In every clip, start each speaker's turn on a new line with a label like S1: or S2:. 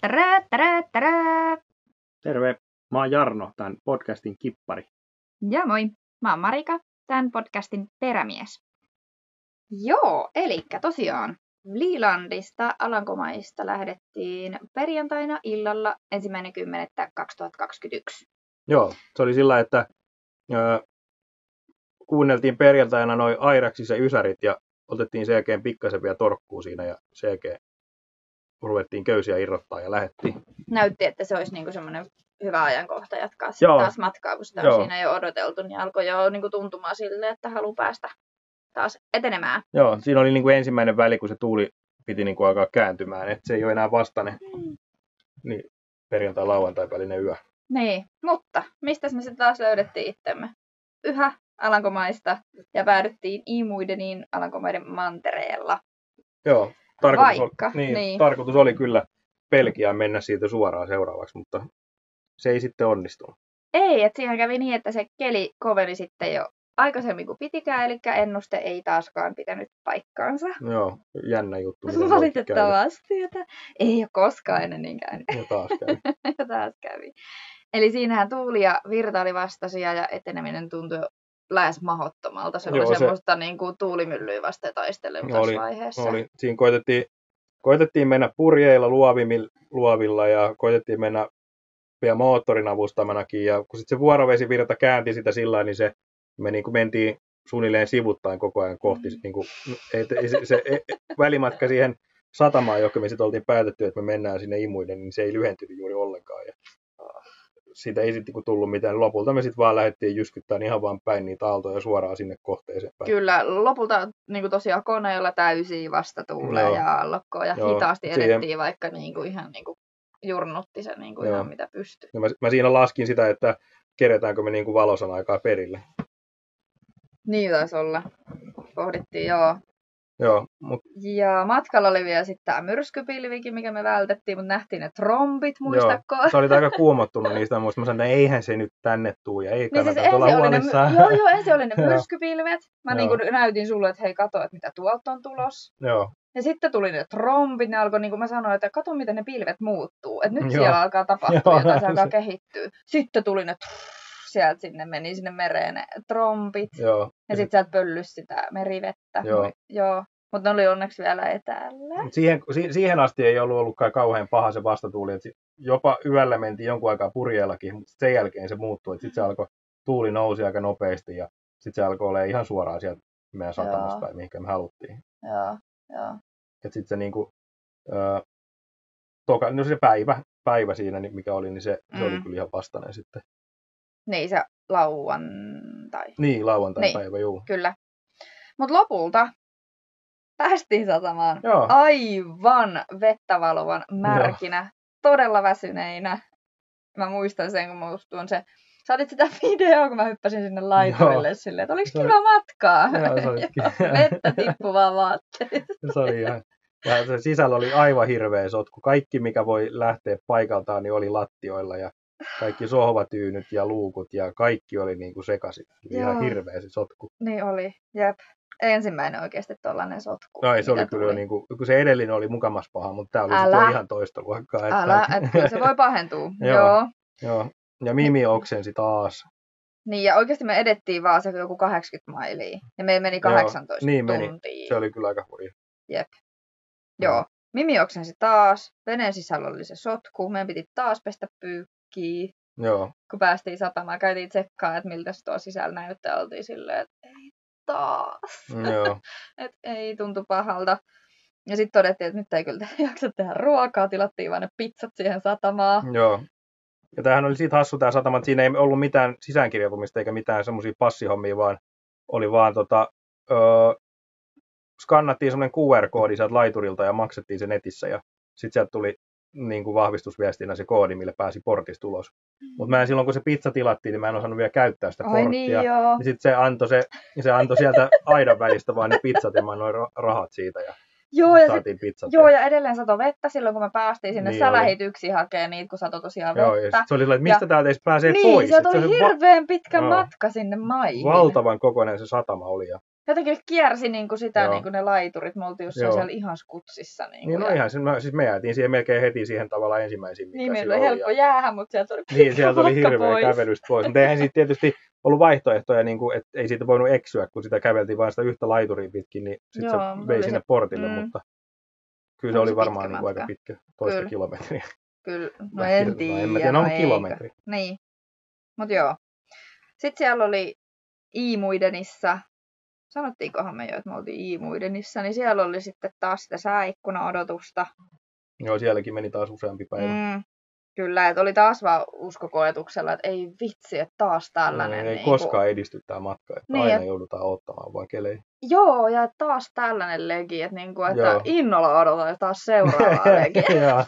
S1: Tärä, tärä, tärä.
S2: Terve, mä oon Jarno, tämän podcastin kippari.
S1: Ja moi, mä oon Marika, tämän podcastin perämies. Joo, eli tosiaan Liilandista Alankomaista lähdettiin perjantaina illalla 1.10.2021.
S3: Joo, se oli sillä, että ö, kuunneltiin perjantaina noin Airaksissa ysärit ja otettiin sen jälkeen pikkasen vielä torkkuu siinä ja sen jälkeen ruvettiin köysiä irrottaa ja lähettiin.
S1: Näytti, että se olisi niinku semmoinen hyvä ajankohta jatkaa sitten
S3: Joo.
S1: taas matkaa, kun sitä on
S3: Joo.
S1: siinä jo odoteltu, niin alkoi jo niinku tuntumaan sille, että haluaa päästä taas etenemään.
S3: Joo, siinä oli niin kuin ensimmäinen väli, kun se tuuli piti niin kuin alkaa kääntymään, että se ei ole enää vastainen
S1: Mm.
S3: niin perjantai-lauantai välinen yö.
S1: Niin, mutta mistäs me sitten taas löydettiin itsemme? Yhä Alankomaista ja päädyttiin Imuideniin Alankomaiden mantereella.
S3: Joo, tarkoitus,
S1: Vaikka,
S3: oli, niin,
S1: niin.
S3: niin. tarkoitus oli kyllä Belgiaan mennä siitä suoraan seuraavaksi, mutta se ei sitten onnistunut.
S1: Ei, että siinä kävi niin, että se keli koveni sitten jo aikaisemmin kuin pitikään, eli ennuste ei taaskaan pitänyt paikkaansa.
S3: Joo, jännä juttu. miten voikin
S1: Valitettavasti, että ei ole koskaan ennen niin käynyt.
S3: käydä. Ja taas käy.
S1: ja taas kävi. Eli siinähän tuuli ja virta oli vastaisia ja eteneminen tuntui lähes mahottomalta. Se oli
S3: Joo, se- No,
S1: semmoista niin kuin tuulimyllyä vasten taistelua
S3: Oli,
S1: tässä vaiheessa.
S3: oli. Siinä koitettiin, koitettiin mennä purjeilla luovimil, luovilla ja koitettiin mennä vielä moottorin avustamanakin. Ja kun sitten se vuorovesivirta käänti sitä sillä lailla, niin se, me niin kuin mentiin suunnilleen sivuttain koko ajan kohti.
S1: Mm.
S3: Mm. Niin kuin, ei, ei, se, se ei, välimatka siihen satamaan, johon me sitten oltiin päätetty, että me mennään sinne imuiden, niin se ei lyhentynyt juuri ollenkaan. Ja, äh, siitä ei sitten tullut mitään. Lopulta me sitten vaan lähdettiin jyskyttämään ihan vaan päin niitä aaltoja suoraan sinne kohteeseen päin.
S1: Kyllä, lopulta niin kuin tosiaan koneella täysiä vastatuulia
S3: Joo.
S1: ja aallokkoa ja
S3: Joo,
S1: hitaasti
S3: siihen-
S1: edettiin, vaikka niin kuin ihan niin kuin jurnutti se niin kuin
S3: Joo.
S1: ihan mitä pystyi.
S3: Ja mä, mä siinä laskin sitä, että keretäänkö me niin kuin valosan aikaa perille.
S1: Niin taisi olla. Pohdittiin, joo.
S3: Joo, mutta
S1: Ja matkalla oli vielä sitten tämä myrskypilvikin, mikä me vältettiin, mutta nähtiin ne trombit, muistatko?
S3: sä olit aika kuumottunut niistä muista. Mä sanoin, että eihän se nyt tänne tuu ja ei
S1: Niin
S3: kannata
S1: siis
S3: siis olla
S1: ensin oli, ne,
S3: huolissaan.
S1: my- joo, joo, ensin oli ne
S3: Joo.
S1: myrskypilvet. Mä
S3: Joo.
S1: niin kuin näytin sulle, että hei kato, että mitä tuolta on tulos.
S3: joo.
S1: Ja sitten tuli ne trombit, ne alkoi, niin kuin mä sanoin, että kato miten ne pilvet muuttuu. Että nyt
S3: Joo.
S1: siellä alkaa tapahtua
S3: Joo,
S1: jotain, se alkaa
S3: se-
S1: kehittyä. Sitten tuli ne trrrr, sieltä sinne meni sinne mereen ne trombit.
S3: joo.
S1: Ja sitten sieltä pöllys sitä merivettä.
S3: Joo.
S1: joo. Mutta ne oli onneksi vielä etäällä.
S3: Mut Siihen, si- siihen asti ei ollut ollutkaan kauhean paha se vastatuuli. Et si- jopa yöllä mentiin jonkun aikaa purjeellakin, mutta sen jälkeen se muuttui. Sitten se alkoi, tuuli nousi aika nopeasti ja sitten se alkoi olla ihan suoraan sieltä meidän
S1: Joo.
S3: satamasta tai mihinkä me haluttiin.
S1: Joo, joo.
S3: että sitten se niinku, ö, toka, no se päivä, päivä siinä, niin mikä oli, niin se, se oli
S1: Mm.
S3: kyllä ihan vastainen sitten.
S1: Niin se lauantai.
S3: Niin, lauantai-päivä, juu.
S1: Kyllä. Mutta lopulta päästiin satamaan.
S3: Joo,
S1: aivan vettä valovan märkinä, todella väsyneinä. Mä muistan sen, kun muistuin se. Sä otit sitä videoa, kun mä hyppäsin sinne laiturille Joo. silleen, että oliko
S3: Se oli-
S1: kiva matkaa.
S3: joo, se oli,
S1: vettä tippuvaa vaatteista.
S3: se oli ihan, ja se sisällä oli aivan hirveä sotku. Kaikki, mikä voi lähteä paikaltaan, niin oli lattioilla ja kaikki sohvatyynyt ja luukut ja kaikki oli niinku sekaisin.
S1: Joo.
S3: Ihan hirveä se sotku.
S1: Niin oli, jep. Ensimmäinen oikeasti tollanen sotku.
S3: No ei, se
S1: mitä
S3: oli kyllä, niinku, kun se edellinen oli mukamas paha, mutta tämä oli
S1: Älä.
S3: sitten ihan toista luokkaa. että-
S1: Älä, et kyllä se voi pahentua.
S3: Joo.
S1: Joo.
S3: Joo. Ja Mimi oksensi taas.
S1: Niin, ja oikeasti me edettiin vaan se joku 80 mailia. Ja me meni 18
S3: niin meni.
S1: tuntia. Meni.
S3: Se oli kyllä aika hurja. Mm.
S1: Joo. Mimi oksensi taas. Veneen sisällä oli se sotku. Meidän piti taas pestä pyykkiä.
S3: Joo.
S1: Kun päästiin satamaan, käytiin tsekkaa, että miltä se tuo sisällä näyttää. Oltiin silleen, että ei taas.
S3: Mm, Joo,
S1: Että ei tuntu pahalta. Ja sitten todettiin, että nyt ei kyllä jaksa tehdä ruokaa. Tilattiin vaan ne pizzat siihen satamaan.
S3: joo. Ja tämähän oli siitä hassu tämä satama, että siinä ei ollut mitään sisäänkirjautumista eikä mitään semmoisia passihommia, vaan oli vaan tota, öö, skannattiin semmoinen QR-koodi sieltä laiturilta ja maksettiin se netissä ja sitten sieltä tuli niin kuin vahvistusviestinä se koodi, millä pääsi portista ulos. Mutta mä en silloin, kun se pizza tilattiin, niin mä en osannut vielä käyttää sitä
S1: Ai
S3: korttia.
S1: niin joo.
S3: Ja sitten se antoi, se, se antoi sieltä aidan välistä vaan ne pizzat ja mä annoin ra- rahat siitä ja
S1: Joo, ja sit,
S3: saatiin pizzat.
S1: joo, ja edelleen sato vettä silloin, kun me päästiin sinne.
S3: Niin
S1: sä
S3: oli.
S1: lähit yksin hakemaan niitä, kun sato tosiaan
S3: Joo, ja
S1: vettä.
S3: sit se oli sellainen, että mistä täältä edes pääsee
S1: niin,
S3: pois.
S1: sieltä
S3: Et
S1: oli
S3: se va-
S1: hirveän pitkä
S3: Joo.
S1: matka sinne maihin.
S3: Valtavan kokoinen se satama oli ja
S1: Jotenkin ne kiersi niin kuin sitä,
S3: Joo.
S1: niin kuin ne laiturit. Me oltiin jossain
S3: Joo.
S1: siellä ihan skutsissa. Niin kuin,
S3: Niin no ihan, siis me, siis me jäätiin siihen melkein heti siihen tavallaan ensimmäisiin, mitkä
S1: niin meillä
S3: silloin
S1: oli
S3: oli.
S1: helppo jäähän, mutta sieltä oli
S3: Niin, sieltä oli
S1: matka
S3: hirveä pois.
S1: pois.
S3: kävelystä pois. Mutta eihän siitä tietysti ollut vaihtoehtoja, niin kuin, että ei siitä voinut eksyä, kun sitä käveltiin vain sitä yhtä laituria pitkin, niin sitten
S1: Joo,
S3: se
S1: mutta
S3: vei
S1: oli
S3: sinne
S1: se-
S3: portille,
S1: mm.
S3: mutta kyllä se
S1: Oli
S3: oli
S1: se
S3: varmaan
S1: pitkä
S3: niin aika
S1: matka.
S3: pitkä, toista
S1: Kyllä.
S3: kilometriä.
S1: kyllä. No
S3: Tai
S1: en
S3: kil-
S1: tiedä.
S3: en mä tiedä, no,
S1: eikä.
S3: kilometri.
S1: Niin. Mut joo. Sitten siellä oli Iimuidenissa, sanottiinkohan me jo, että me oltiin Iimuidenissa, niin siellä oli sitten taas sitä sääikkuna-odotusta.
S3: Joo, sielläkin meni taas useampi päivä.
S1: Mm, kyllä, että oli taas vaan uskokoetuksella, että ei vitsi, että taas tällainen.
S3: ei
S1: niin
S3: koskaan edisty tämä matka, että
S1: Niin,
S3: aina
S1: et-
S3: joudutaan ottamaan vaan keleihin.
S1: Kuin, joo, ja taas tällainen legi, että, niin kuin, että
S3: Joo.
S1: innolla odotan taas seuraavaa legiä.
S3: Joo,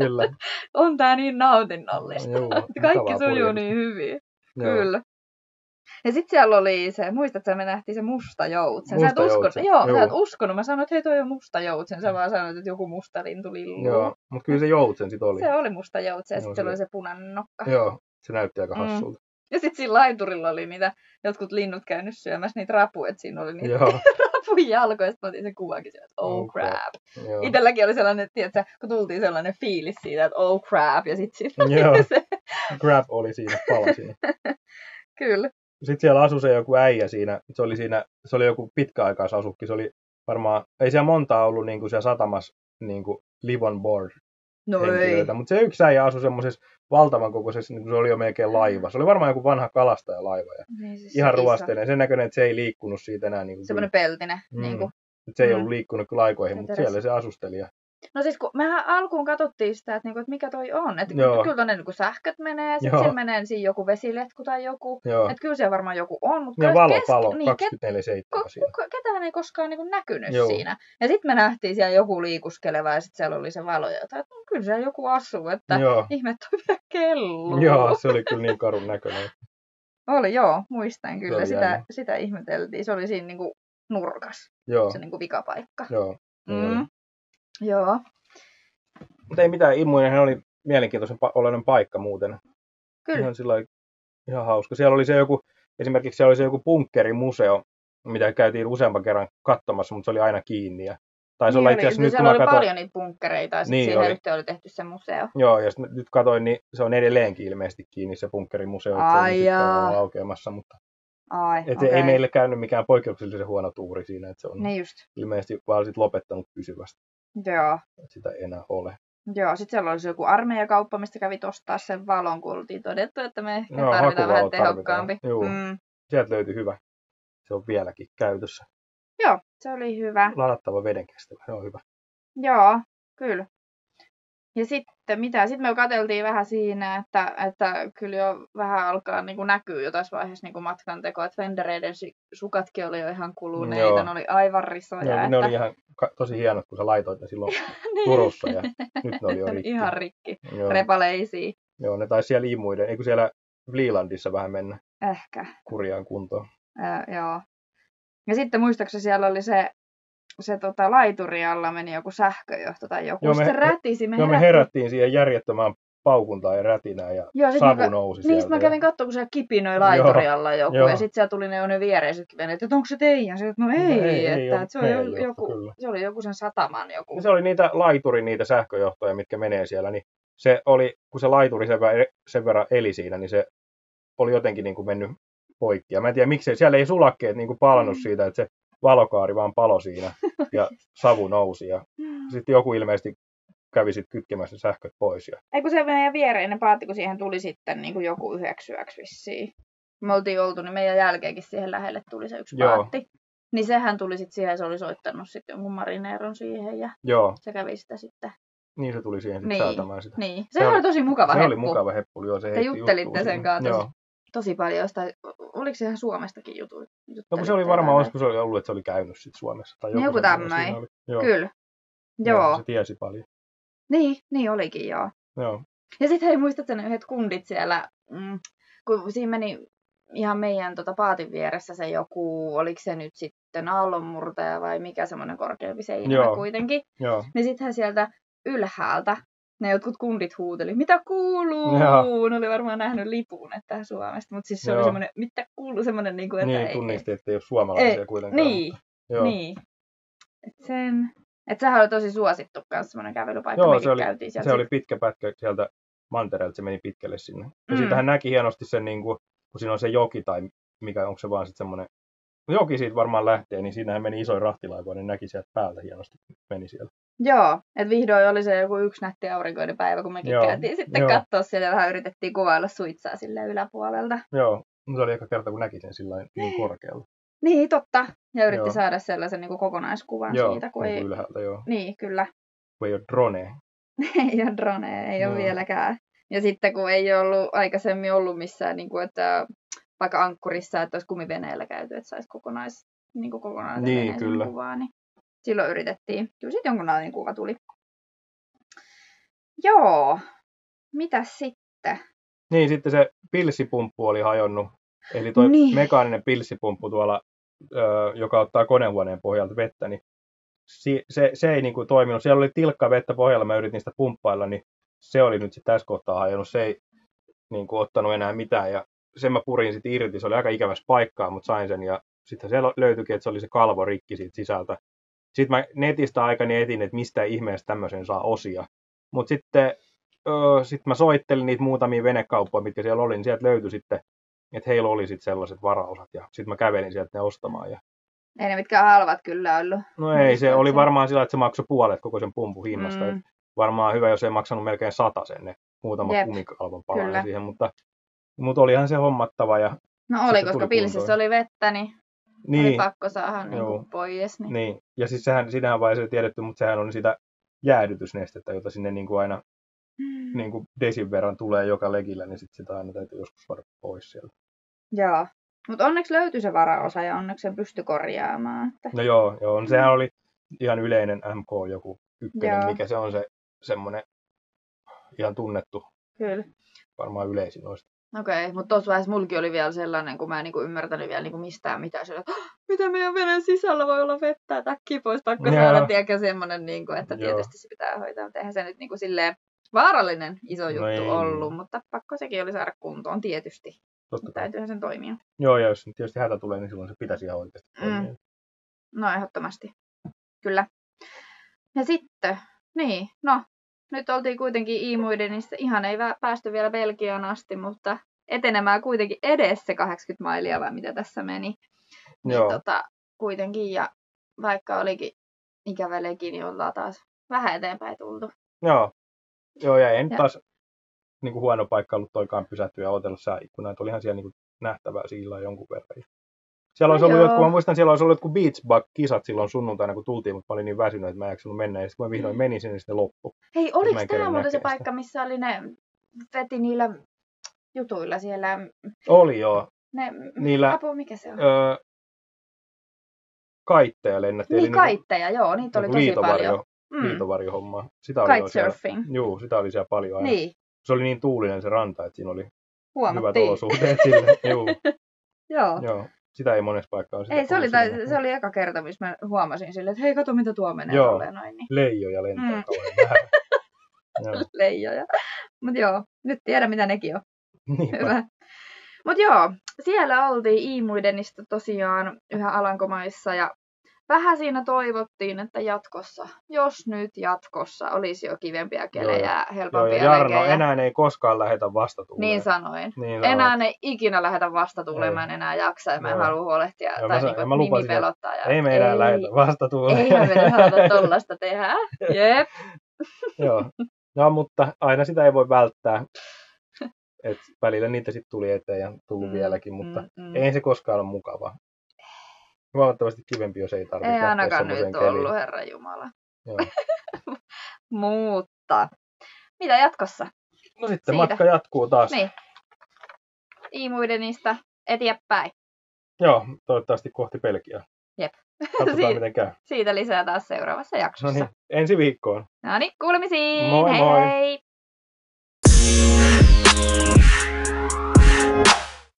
S3: Kyllä.
S1: On tää niin nautinnollista.
S3: Joo,
S1: Kaikki sujuu
S3: mukavaa purjehdusta.
S1: niin hyvin.
S3: Joo.
S1: Kyllä. Ja sitten siellä oli se, muistatko me nähtiin se musta joutsen?
S3: Musta
S1: sä et
S3: joutsen,
S1: uskonut, joo,
S3: juu.
S1: sä et uskonut. Mä sanoin, että hei toi on musta joutsen. Sä vaan sanoit, että joku musta lintu lilluu.
S3: Joo, mutta kyllä se joutsen sitten oli.
S1: Se oli musta joutsen ja
S3: Joo,
S1: sitten
S3: se-
S1: oli se punainen nokka.
S3: Joo, se näytti aika
S1: Mm.
S3: hassulta.
S1: Ja sitten siinä laiturilla oli niitä, jotkut linnut käynyt syömässä niitä rapuja, että siinä oli niitä
S3: Joo,
S1: rapun jalkoja, sitten mä otin sen kuvankin sieltä, että oh
S3: Oh
S1: crap.
S3: joo.
S1: Itelläkin oli sellainen, tiedätkö, kun tultiin sellainen fiilis siitä, että oh crap, ja sitten sit
S3: Joo.
S1: se,
S3: Grab oli siinä, pala siinä.
S1: kyllä.
S3: Sitten siellä asui se joku äijä siinä, se oli, siinä, se oli joku pitkäaikaisasukki, se oli varmaan, ei siellä montaa ollut niin kuin siellä satamassa niin kuin live on board
S1: No ei.
S3: henkilöitä, mutta se yksi äijä asui semmoisessa valtavan kokoisessa, niin kuin se oli jo melkein laiva. Se oli varmaan joku vanha kalastajalaiva ja
S1: Niin, siis
S3: ihan
S1: se iso,
S3: ruosteinen, sen näköinen, että se ei liikkunut siitä enää. Niin kuin,
S1: Semmoinen peltinen. Mm. Niin kuin.
S3: se ei
S1: Mm.
S3: ollut liikkunut kyllä aikoihin, mutta
S1: Interessa.
S3: siellä se asusteli. Ja,
S1: No siis kun mehän alkuun katsottiin sitä, että, niinku, että mikä toi on. Että
S3: Joo.
S1: kyllä tonne niinku sähköt menee, sitten
S3: Joo.
S1: siellä menee siinä joku vesiletku tai joku.
S3: joo.
S1: Että kyllä siellä varmaan joku on, mutta
S3: ja valo, palo,
S1: niin, ket-
S3: 24-7 siinä.
S1: kuka, ketään ei koskaan niin näkynyt
S3: Joo.
S1: Joo. siinä. Ja sitten me nähtiin siellä joku liikuskeleva ja sitten siellä oli se valo. Ja jotain, että no, kyllä siellä joku asuu, että joo.
S3: Joo.
S1: ihme toi vielä kelluu.
S3: joo, se oli kyllä niin karun näköinen.
S1: Oli joo, muistan
S3: Se
S1: kyllä.
S3: oli
S1: Sitä,
S3: jännä.
S1: sitä ihmeteltiin. Se oli siinä niin kuin nurkas,
S3: Joo,
S1: se niin kuin vikapaikka.
S3: joo. niin oli.
S1: Mm. Joo,
S3: Mutta ei mitään, Immuinenhan oli mielenkiintoisen pa- oloinen paikka muuten.
S1: kyllä.
S3: Ihan, sillä lailla ihan hauska. Siellä oli se joku, esimerkiksi siellä oli se joku bunkkerimuseo, mitä käytiin useamman kerran katsomassa, mutta se oli aina kiinni. Ja taisi olla
S1: Niin oli.
S3: itse asiassa nyt, kun
S1: siellä
S3: mä
S1: oli
S3: katsoin,
S1: paljon niitä bunkkereita ja sitten niin
S3: Niin
S1: siihen
S3: oli.
S1: yhteen oli tehty se museo.
S3: Joo, ja sit mä nyt katsoin, niin se on edelleenkin ilmeisesti kiinni se bunkkerimuseo, että
S1: Ai
S3: se ei nyt sitten
S1: jaa.
S3: ole aukeamassa, mutta
S1: Ai,
S3: et
S1: okei.
S3: ei meille käynyt mikään poikkeuksellisen huono tuuri siinä, että se on
S1: Niin just,
S3: ilmeisesti vaan sit lopettanut pysyvästi,
S1: joo.
S3: että sitä ei enää ole.
S1: Joo, sitten siellä oli se joku armeijakauppa, mistä kävit ostaa sen valon, kun oltiin todettu, että me ehkä
S3: Joo,
S1: no, tarvitaan vähän
S3: hakuvalot
S1: tehokkaampi.
S3: tarvitaan, juu.
S1: Mm,
S3: Sieltä löytyi hyvä. Se on vieläkin käytössä.
S1: joo, se oli hyvä.
S3: Ladattava vedenkestävä, se on hyvä.
S1: Joo, kyllä. Ja sitten mitä? Sitten me katseltiin vähän siinä, että, että kyllä jo vähän alkaa niin kuin näkyy jo tässä vaiheessa niin kuin matkan teko, että vendereiden si- sukatkin oli jo ihan kuluneita,
S3: Joo.
S1: ne oli aivan risoja.
S3: Ne, oli-
S1: että...
S3: ne oli ihan ka- tosi hienot, kun sä laitoit ne silloin
S1: Niin.
S3: Turussa ja nyt ne oli jo rikki.
S1: ihan rikki,
S3: joo,
S1: repaleisiin.
S3: joo, ne taisi siellä imuiden, eikö siellä Vliilandissa vähän mennä
S1: Ehkä,
S3: kurjaan kuntoon.
S1: Ö, joo. Ja sitten muistaakseni siellä oli se, se tota, laiturialla meni joku sähköjohto tai joku.
S3: Joo,
S1: Joo,
S3: me-
S1: me, sitten rätisi. Me
S3: joo, me
S1: herättiin.
S3: herättiin siihen järjettömään paukuntaan ja rätinään ja
S1: Joo, sit
S3: savu
S1: mä-
S3: nousi
S1: Niin, sit
S3: sieltä.
S1: mä kävin katsomaan, kun siellä kipinöi laiturialla joku,
S3: joo.
S1: ja sitten siellä tuli ne, ne viereiset kivenet, että onko se teidän? Sitten, no ei,
S3: ei,
S1: ei,
S3: ei
S1: että,
S3: ole,
S1: että se, on
S3: ei
S1: joku,
S3: ole,
S1: joku,
S3: kyllä.
S1: se oli joku sen sataman joku.
S3: Ja... Se oli niitä laituri, niitä sähköjohtoja, mitkä menee siellä, niin se oli, kun se laituri sen verran, e, sen verran eli siinä, niin se oli jotenkin niin kuin mennyt poikki. Ja mä en tiedä, miksei, siellä ei sulakkeet niin kuin palannut
S1: Mm.
S3: siitä, että se valokaari vaan palo siinä ja savu nousi. Ja sitten joku ilmeisesti kävi sit kytkemässä sähköt pois. Ja...
S1: Ei kun se meidän viereinen paatti, kun siihen tuli sitten niin kuin joku yhdeksi yöksi vissiin. Me oltiin oltu, niin meidän jälkeenkin siihen lähelle tuli se yksi
S3: Joo.
S1: paatti. Niin sehän tuli sitten siihen, se oli soittanut sitten jonkun marineeron siihen ja
S3: Joo,
S1: se kävi sitä sitten.
S3: niin se tuli siihen sit
S1: Niin.
S3: säätämään sitä.
S1: Niin, se,
S3: Se
S1: oli
S3: oli-
S1: tosi mukava
S3: se
S1: heppu.
S3: oli mukava heppu, joo, se
S1: Te
S3: heitti
S1: juttelitte
S3: juttua
S1: sen
S3: sinne.
S1: kanssa
S3: Joo.
S1: tosi, tosi paljon jostain. Oliko se ihan Suomestakin jutu?
S3: No kun se
S1: juttelitte
S3: oli varmaan,
S1: jotain?
S3: olisiko se oli ollut, että se oli käynyt sit Suomessa. Tai
S1: Niin joku
S3: semmoinen siinä
S1: tämmöinen.
S3: oli. Joo.
S1: Kyllä. Joo.
S3: Se tiesi paljon.
S1: Niin, niin olikin joo.
S3: Joo.
S1: Ja sitten hei, muistatko ne yhdet kundit siellä, mm, kun siinä meni ihan meidän tota, paatin vieressä se joku, oliko se nyt sitten aallonmurtaja vai mikä semmoinen korkeampi seinä
S3: Joo.
S1: kuitenkin.
S3: Joo.
S1: Niin sittenhän sieltä ylhäältä ne jotkut kundit huuteli, mitä kuuluu?
S3: Joo.
S1: Joo. Ne oli varmaan nähnyt lipun, että Suomesta, mutta siis se
S3: Joo.
S1: oli semmoinen, mitä kuuluu, semmoinen, niin kuin, että
S3: Niin,
S1: ei-
S3: tunnisti, että ei ole suomalaisia ei,
S1: ei.
S3: kuitenkaan.
S1: Niin,
S3: Joo.
S1: niin. Et sen, et sehän oli tosi suosittu kanssa semmoinen kävelypaikka,
S3: Joo,
S1: mekin
S3: se oli-
S1: käytiin sieltä.
S3: Se oli pitkä pätkä sieltä mantereelta, se meni pitkälle sinne. Ja
S1: Mm.
S3: siitähän näki hienosti sen, niin kuin, kun siinä on se joki tai mikä, onko se vaan sitten semmoinen, No joki siitä varmaan lähtee, niin siinähän meni isoin rahtilaiva, niin näki sieltä päältä hienosti, meni siellä.
S1: Joo, että vihdoin oli se joku yksi nätti aurinkoinen päivä, kun mekin
S3: Joo,
S1: Joo. käytiin sitten
S3: joo.
S1: Joo. katsoa siellä ja vähän yritettiin kuvailla suitsaa sille yläpuolelta.
S3: Joo, no se oli eka kerta, kun näki sen sillä lailla niin korkealla.
S1: Niin, totta. Ja yritti
S3: Joo.
S1: Joo. saada sellaisen niin kuin kokonaiskuvan
S3: joo,
S1: siitä, kun
S3: niin
S1: ei...
S3: kuin ylhäältä, joo.
S1: Niin, kyllä.
S3: Kun ei ole drone.
S1: ei ole drone, ei
S3: Joo.
S1: ole vieläkään. Ja sitten kun ei ollut aikaisemmin ollut missään, niin kuin, että vaikka ankkurissa, että olisi kumiveneellä käyty, että saisi kokonais, niin kuin kokonaisen
S3: Niin,
S1: veneen sinne
S3: kyllä.
S1: kuvaa, niin silloin yritettiin. Kyllä sitten jonkunlainen kuva tuli. Joo. Mitä sitten?
S3: Niin, sitten se pilssipumppu oli hajonnut. Eli tuo niin.
S1: Niin.
S3: mekaaninen pilssipumppu tuolla, ö, joka ottaa konehuoneen pohjalta vettä, niin si, se, se ei niin kuin toiminut. Siellä oli tilkka vettä pohjalla, mä yritin sitä pumppailla, niin se oli nyt sitten tässä kohtaa hajonnut. Se ei niin kuin, ottanut enää mitään ja sen mä purin sitten irti. Se oli aika ikävässä paikkaa, mutta sain sen ja sitten se lo- löytyikin, että se oli se kalvo rikki siitä sisältä. Sitten mä netistä aikani etin, että mistä ihmeestä tämmöisen saa osia. Mutta sitten öö, sitten mä soittelin niitä muutamia venekauppoja, mitkä siellä oli, niin sieltä löytyi sitten, että heillä oli sitten sellaiset varaosat, ja sitten mä kävelin sieltä ne ostamaan. Ja...
S1: Ei ne mitkään halvat kyllä ollut.
S3: No ei, se
S1: Muistan
S3: oli
S1: sen.
S3: varmaan sillä, että se maksoi puolet koko sen pumpun hinnasta. Mm.
S1: Mm,
S3: Varmaan hyvä, jos ei maksanut melkein sata ne muutama
S1: Jep,
S3: kumikalvon palanen
S1: kyllä.
S3: siihen, mutta, mutta olihan se hommattava. Ja,
S1: no oli,
S3: Sitten tuli
S1: koska
S3: kuntoon.
S1: pilsissä oli vettä, niin, niin. oli
S3: niin,
S1: pakko saada niin
S3: Joo.
S1: kuin pois. Niin.
S3: niin, ja siis sehän, sinähän vai se tiedetty, mutta sehän on sitä jäädytysnestettä, jota sinne niin kuin aina
S1: Niin.
S3: niin kuin desin verran tulee joka legillä, niin sitten sitä aina täytyy joskus varata pois sieltä.
S1: Joo. Mutta onneksi löytyi se varaosa ja onneksi sen pystyi korjaamaan. Että...
S3: No joo, joo no sehän oli ihan yleinen MK joku ykkönen,
S1: Mm. Joo.
S3: mikä se on se semmoinen ihan tunnettu,
S1: Kyllä.
S3: varmaan yleisin noista.
S1: Okei, okay, mutta tuossa vaiheessa mulki oli vielä sellainen, kun mä en niinku ymmärtänyt vielä niinku mistään mitään. Sillä, että, "Hah, mitä meidän veneen sisällä voi olla vettä, takki pois, pakko
S3: Joo.
S1: saada, tiedätkö, semmoinen, niinku, että
S3: Joo.
S1: tietysti se pitää hoitaa. Mutta eihän se nyt niinku silleen vaarallinen iso
S3: No
S1: juttu
S3: ei.
S1: no ollut, mutta pakko sekin oli saada kuntoon tietysti.
S3: Totta
S1: Mut
S3: kai.
S1: Täytyyhän sen toimia.
S3: Joo, ja jos nyt tietysti hätä tulee, niin silloin se pitäisi ihan oikeasti
S1: Mm.
S3: toimia.
S1: No ehdottomasti. Kyllä. Ja sitten, niin, no, nyt oltiin kuitenkin Iimuidenissa. Ihan ei vä- päästy vielä Belgiaan asti, mutta etenemään kuitenkin edes se 80 mailia, vai mitä tässä meni. Niin
S3: Joo,
S1: tota, kuitenkin, ja vaikka olikin ikävä leki, niin ollaan taas vähän eteenpäin tultu.
S3: joo. joo, ja en
S1: Ja-
S3: taas niin kuin huono paikka ollut toikaan pysähtyä ja otella sääikkuna, että olihan siellä niin kuin nähtävää sillä jonkun verran. Ja Siellä olisi
S1: No
S3: ollut
S1: joo.
S3: jotkut, mä muistan, siellä olisi ollut jotkut beachbug-kisat silloin sunnuntaina, kun tultiin, mutta mä olin niin väsynyt, että mä en jaksanut mennä. Ja sitten kun mä
S1: Mm.
S3: vihdoin menin sinne, niin sitten loppu.
S1: Hei,
S3: Mä en
S1: oliko
S3: kerran
S1: tämä muuten se
S3: näkee sitä.
S1: paikka, missä oli ne, veti niillä jutuilla siellä,
S3: Oli joo.
S1: ne,
S3: Niillä,
S1: apu, mikä se on?
S3: öö, kaitteja niinku lennettiin.
S1: Niin, kaitteja, joo, niitä oli tosi paljon.
S3: Mm.
S1: Mm,
S3: Liitovarjohommaa. Sitä oli jo siellä,
S1: kitesurfing.
S3: juu, sitä oli siellä paljon aina.
S1: Niin,
S3: Se oli niin tuulinen se ranta, että siinä oli hyvät
S1: huomattiin.
S3: olosuhteet sille. juu,
S1: Joo.
S3: joo. Sitä ei monessa paikkaa ole.
S1: Ei, se oli, tai, se oli eka kerta, missä mä huomasin silleen, että hei, kato mitä tuo menee
S3: Joo.
S1: tolleen noin, niin
S3: Leijoja lentää mm.
S1: Mm.
S3: kauhean vähän. joo,
S1: leijoja. Mutta joo, nyt tiedän mitä nekin on.
S3: niinpä.
S1: Hyvä. Mutta joo, siellä oltiin Iimuidenista tosiaan yhä Alankomaissa ja vähän siinä toivottiin, että jatkossa, jos nyt jatkossa, olisi jo kivempiä kelejä ja
S3: Joo, ja
S1: helpompia
S3: Jarno,
S1: lekejä.
S3: enää ei koskaan lähetä vastatuuleen.
S1: Niin sanoin.
S3: niin sanoin.
S1: Enää ei ikinä lähetä vastatuuleen,
S3: Ei.
S1: mä en enää jaksa ja mä en
S3: Joo.
S1: halua huolehtia
S3: Joo, mä
S1: tai
S3: sa-
S1: niinku,
S3: ja mä
S1: että nimi
S3: lupasin, että
S1: pelottaa. Ja
S3: Ei me enää
S1: ei,
S3: lähetä vastatuuleen.
S1: Eihän me nyt haluta tollasta tehdä. Jep.
S3: Joo. No, mutta aina sitä ei voi välttää. Et välillä niitä sitten tuli eteen ja tullut mm, vieläkin, mutta mm,
S1: Mm, mm.
S3: ei se koskaan ole mukavaa. Huomattavasti kivempi, jos ei tarvitse
S1: ei
S3: lähteä
S1: ainakaan nyt
S3: semmoiseen
S1: ollut,
S3: keliin.
S1: herra Jumala.
S3: Joo.
S1: Mutta mitä jatkossa?
S3: No sitten
S1: Siitä.
S3: matka jatkuu taas.
S1: Niin. Iimuidenista eteenpäin.
S3: Joo, toivottavasti kohti Pelkiä.
S1: Jep.
S3: Katsotaan,
S1: Siitä.
S3: miten käy.
S1: Siitä lisää taas seuraavassa
S3: No
S1: jaksossa.
S3: niin, ensi viikkoon.
S1: No niin, kuulemisiin!
S3: Moi
S1: hei
S3: moi.
S1: hei!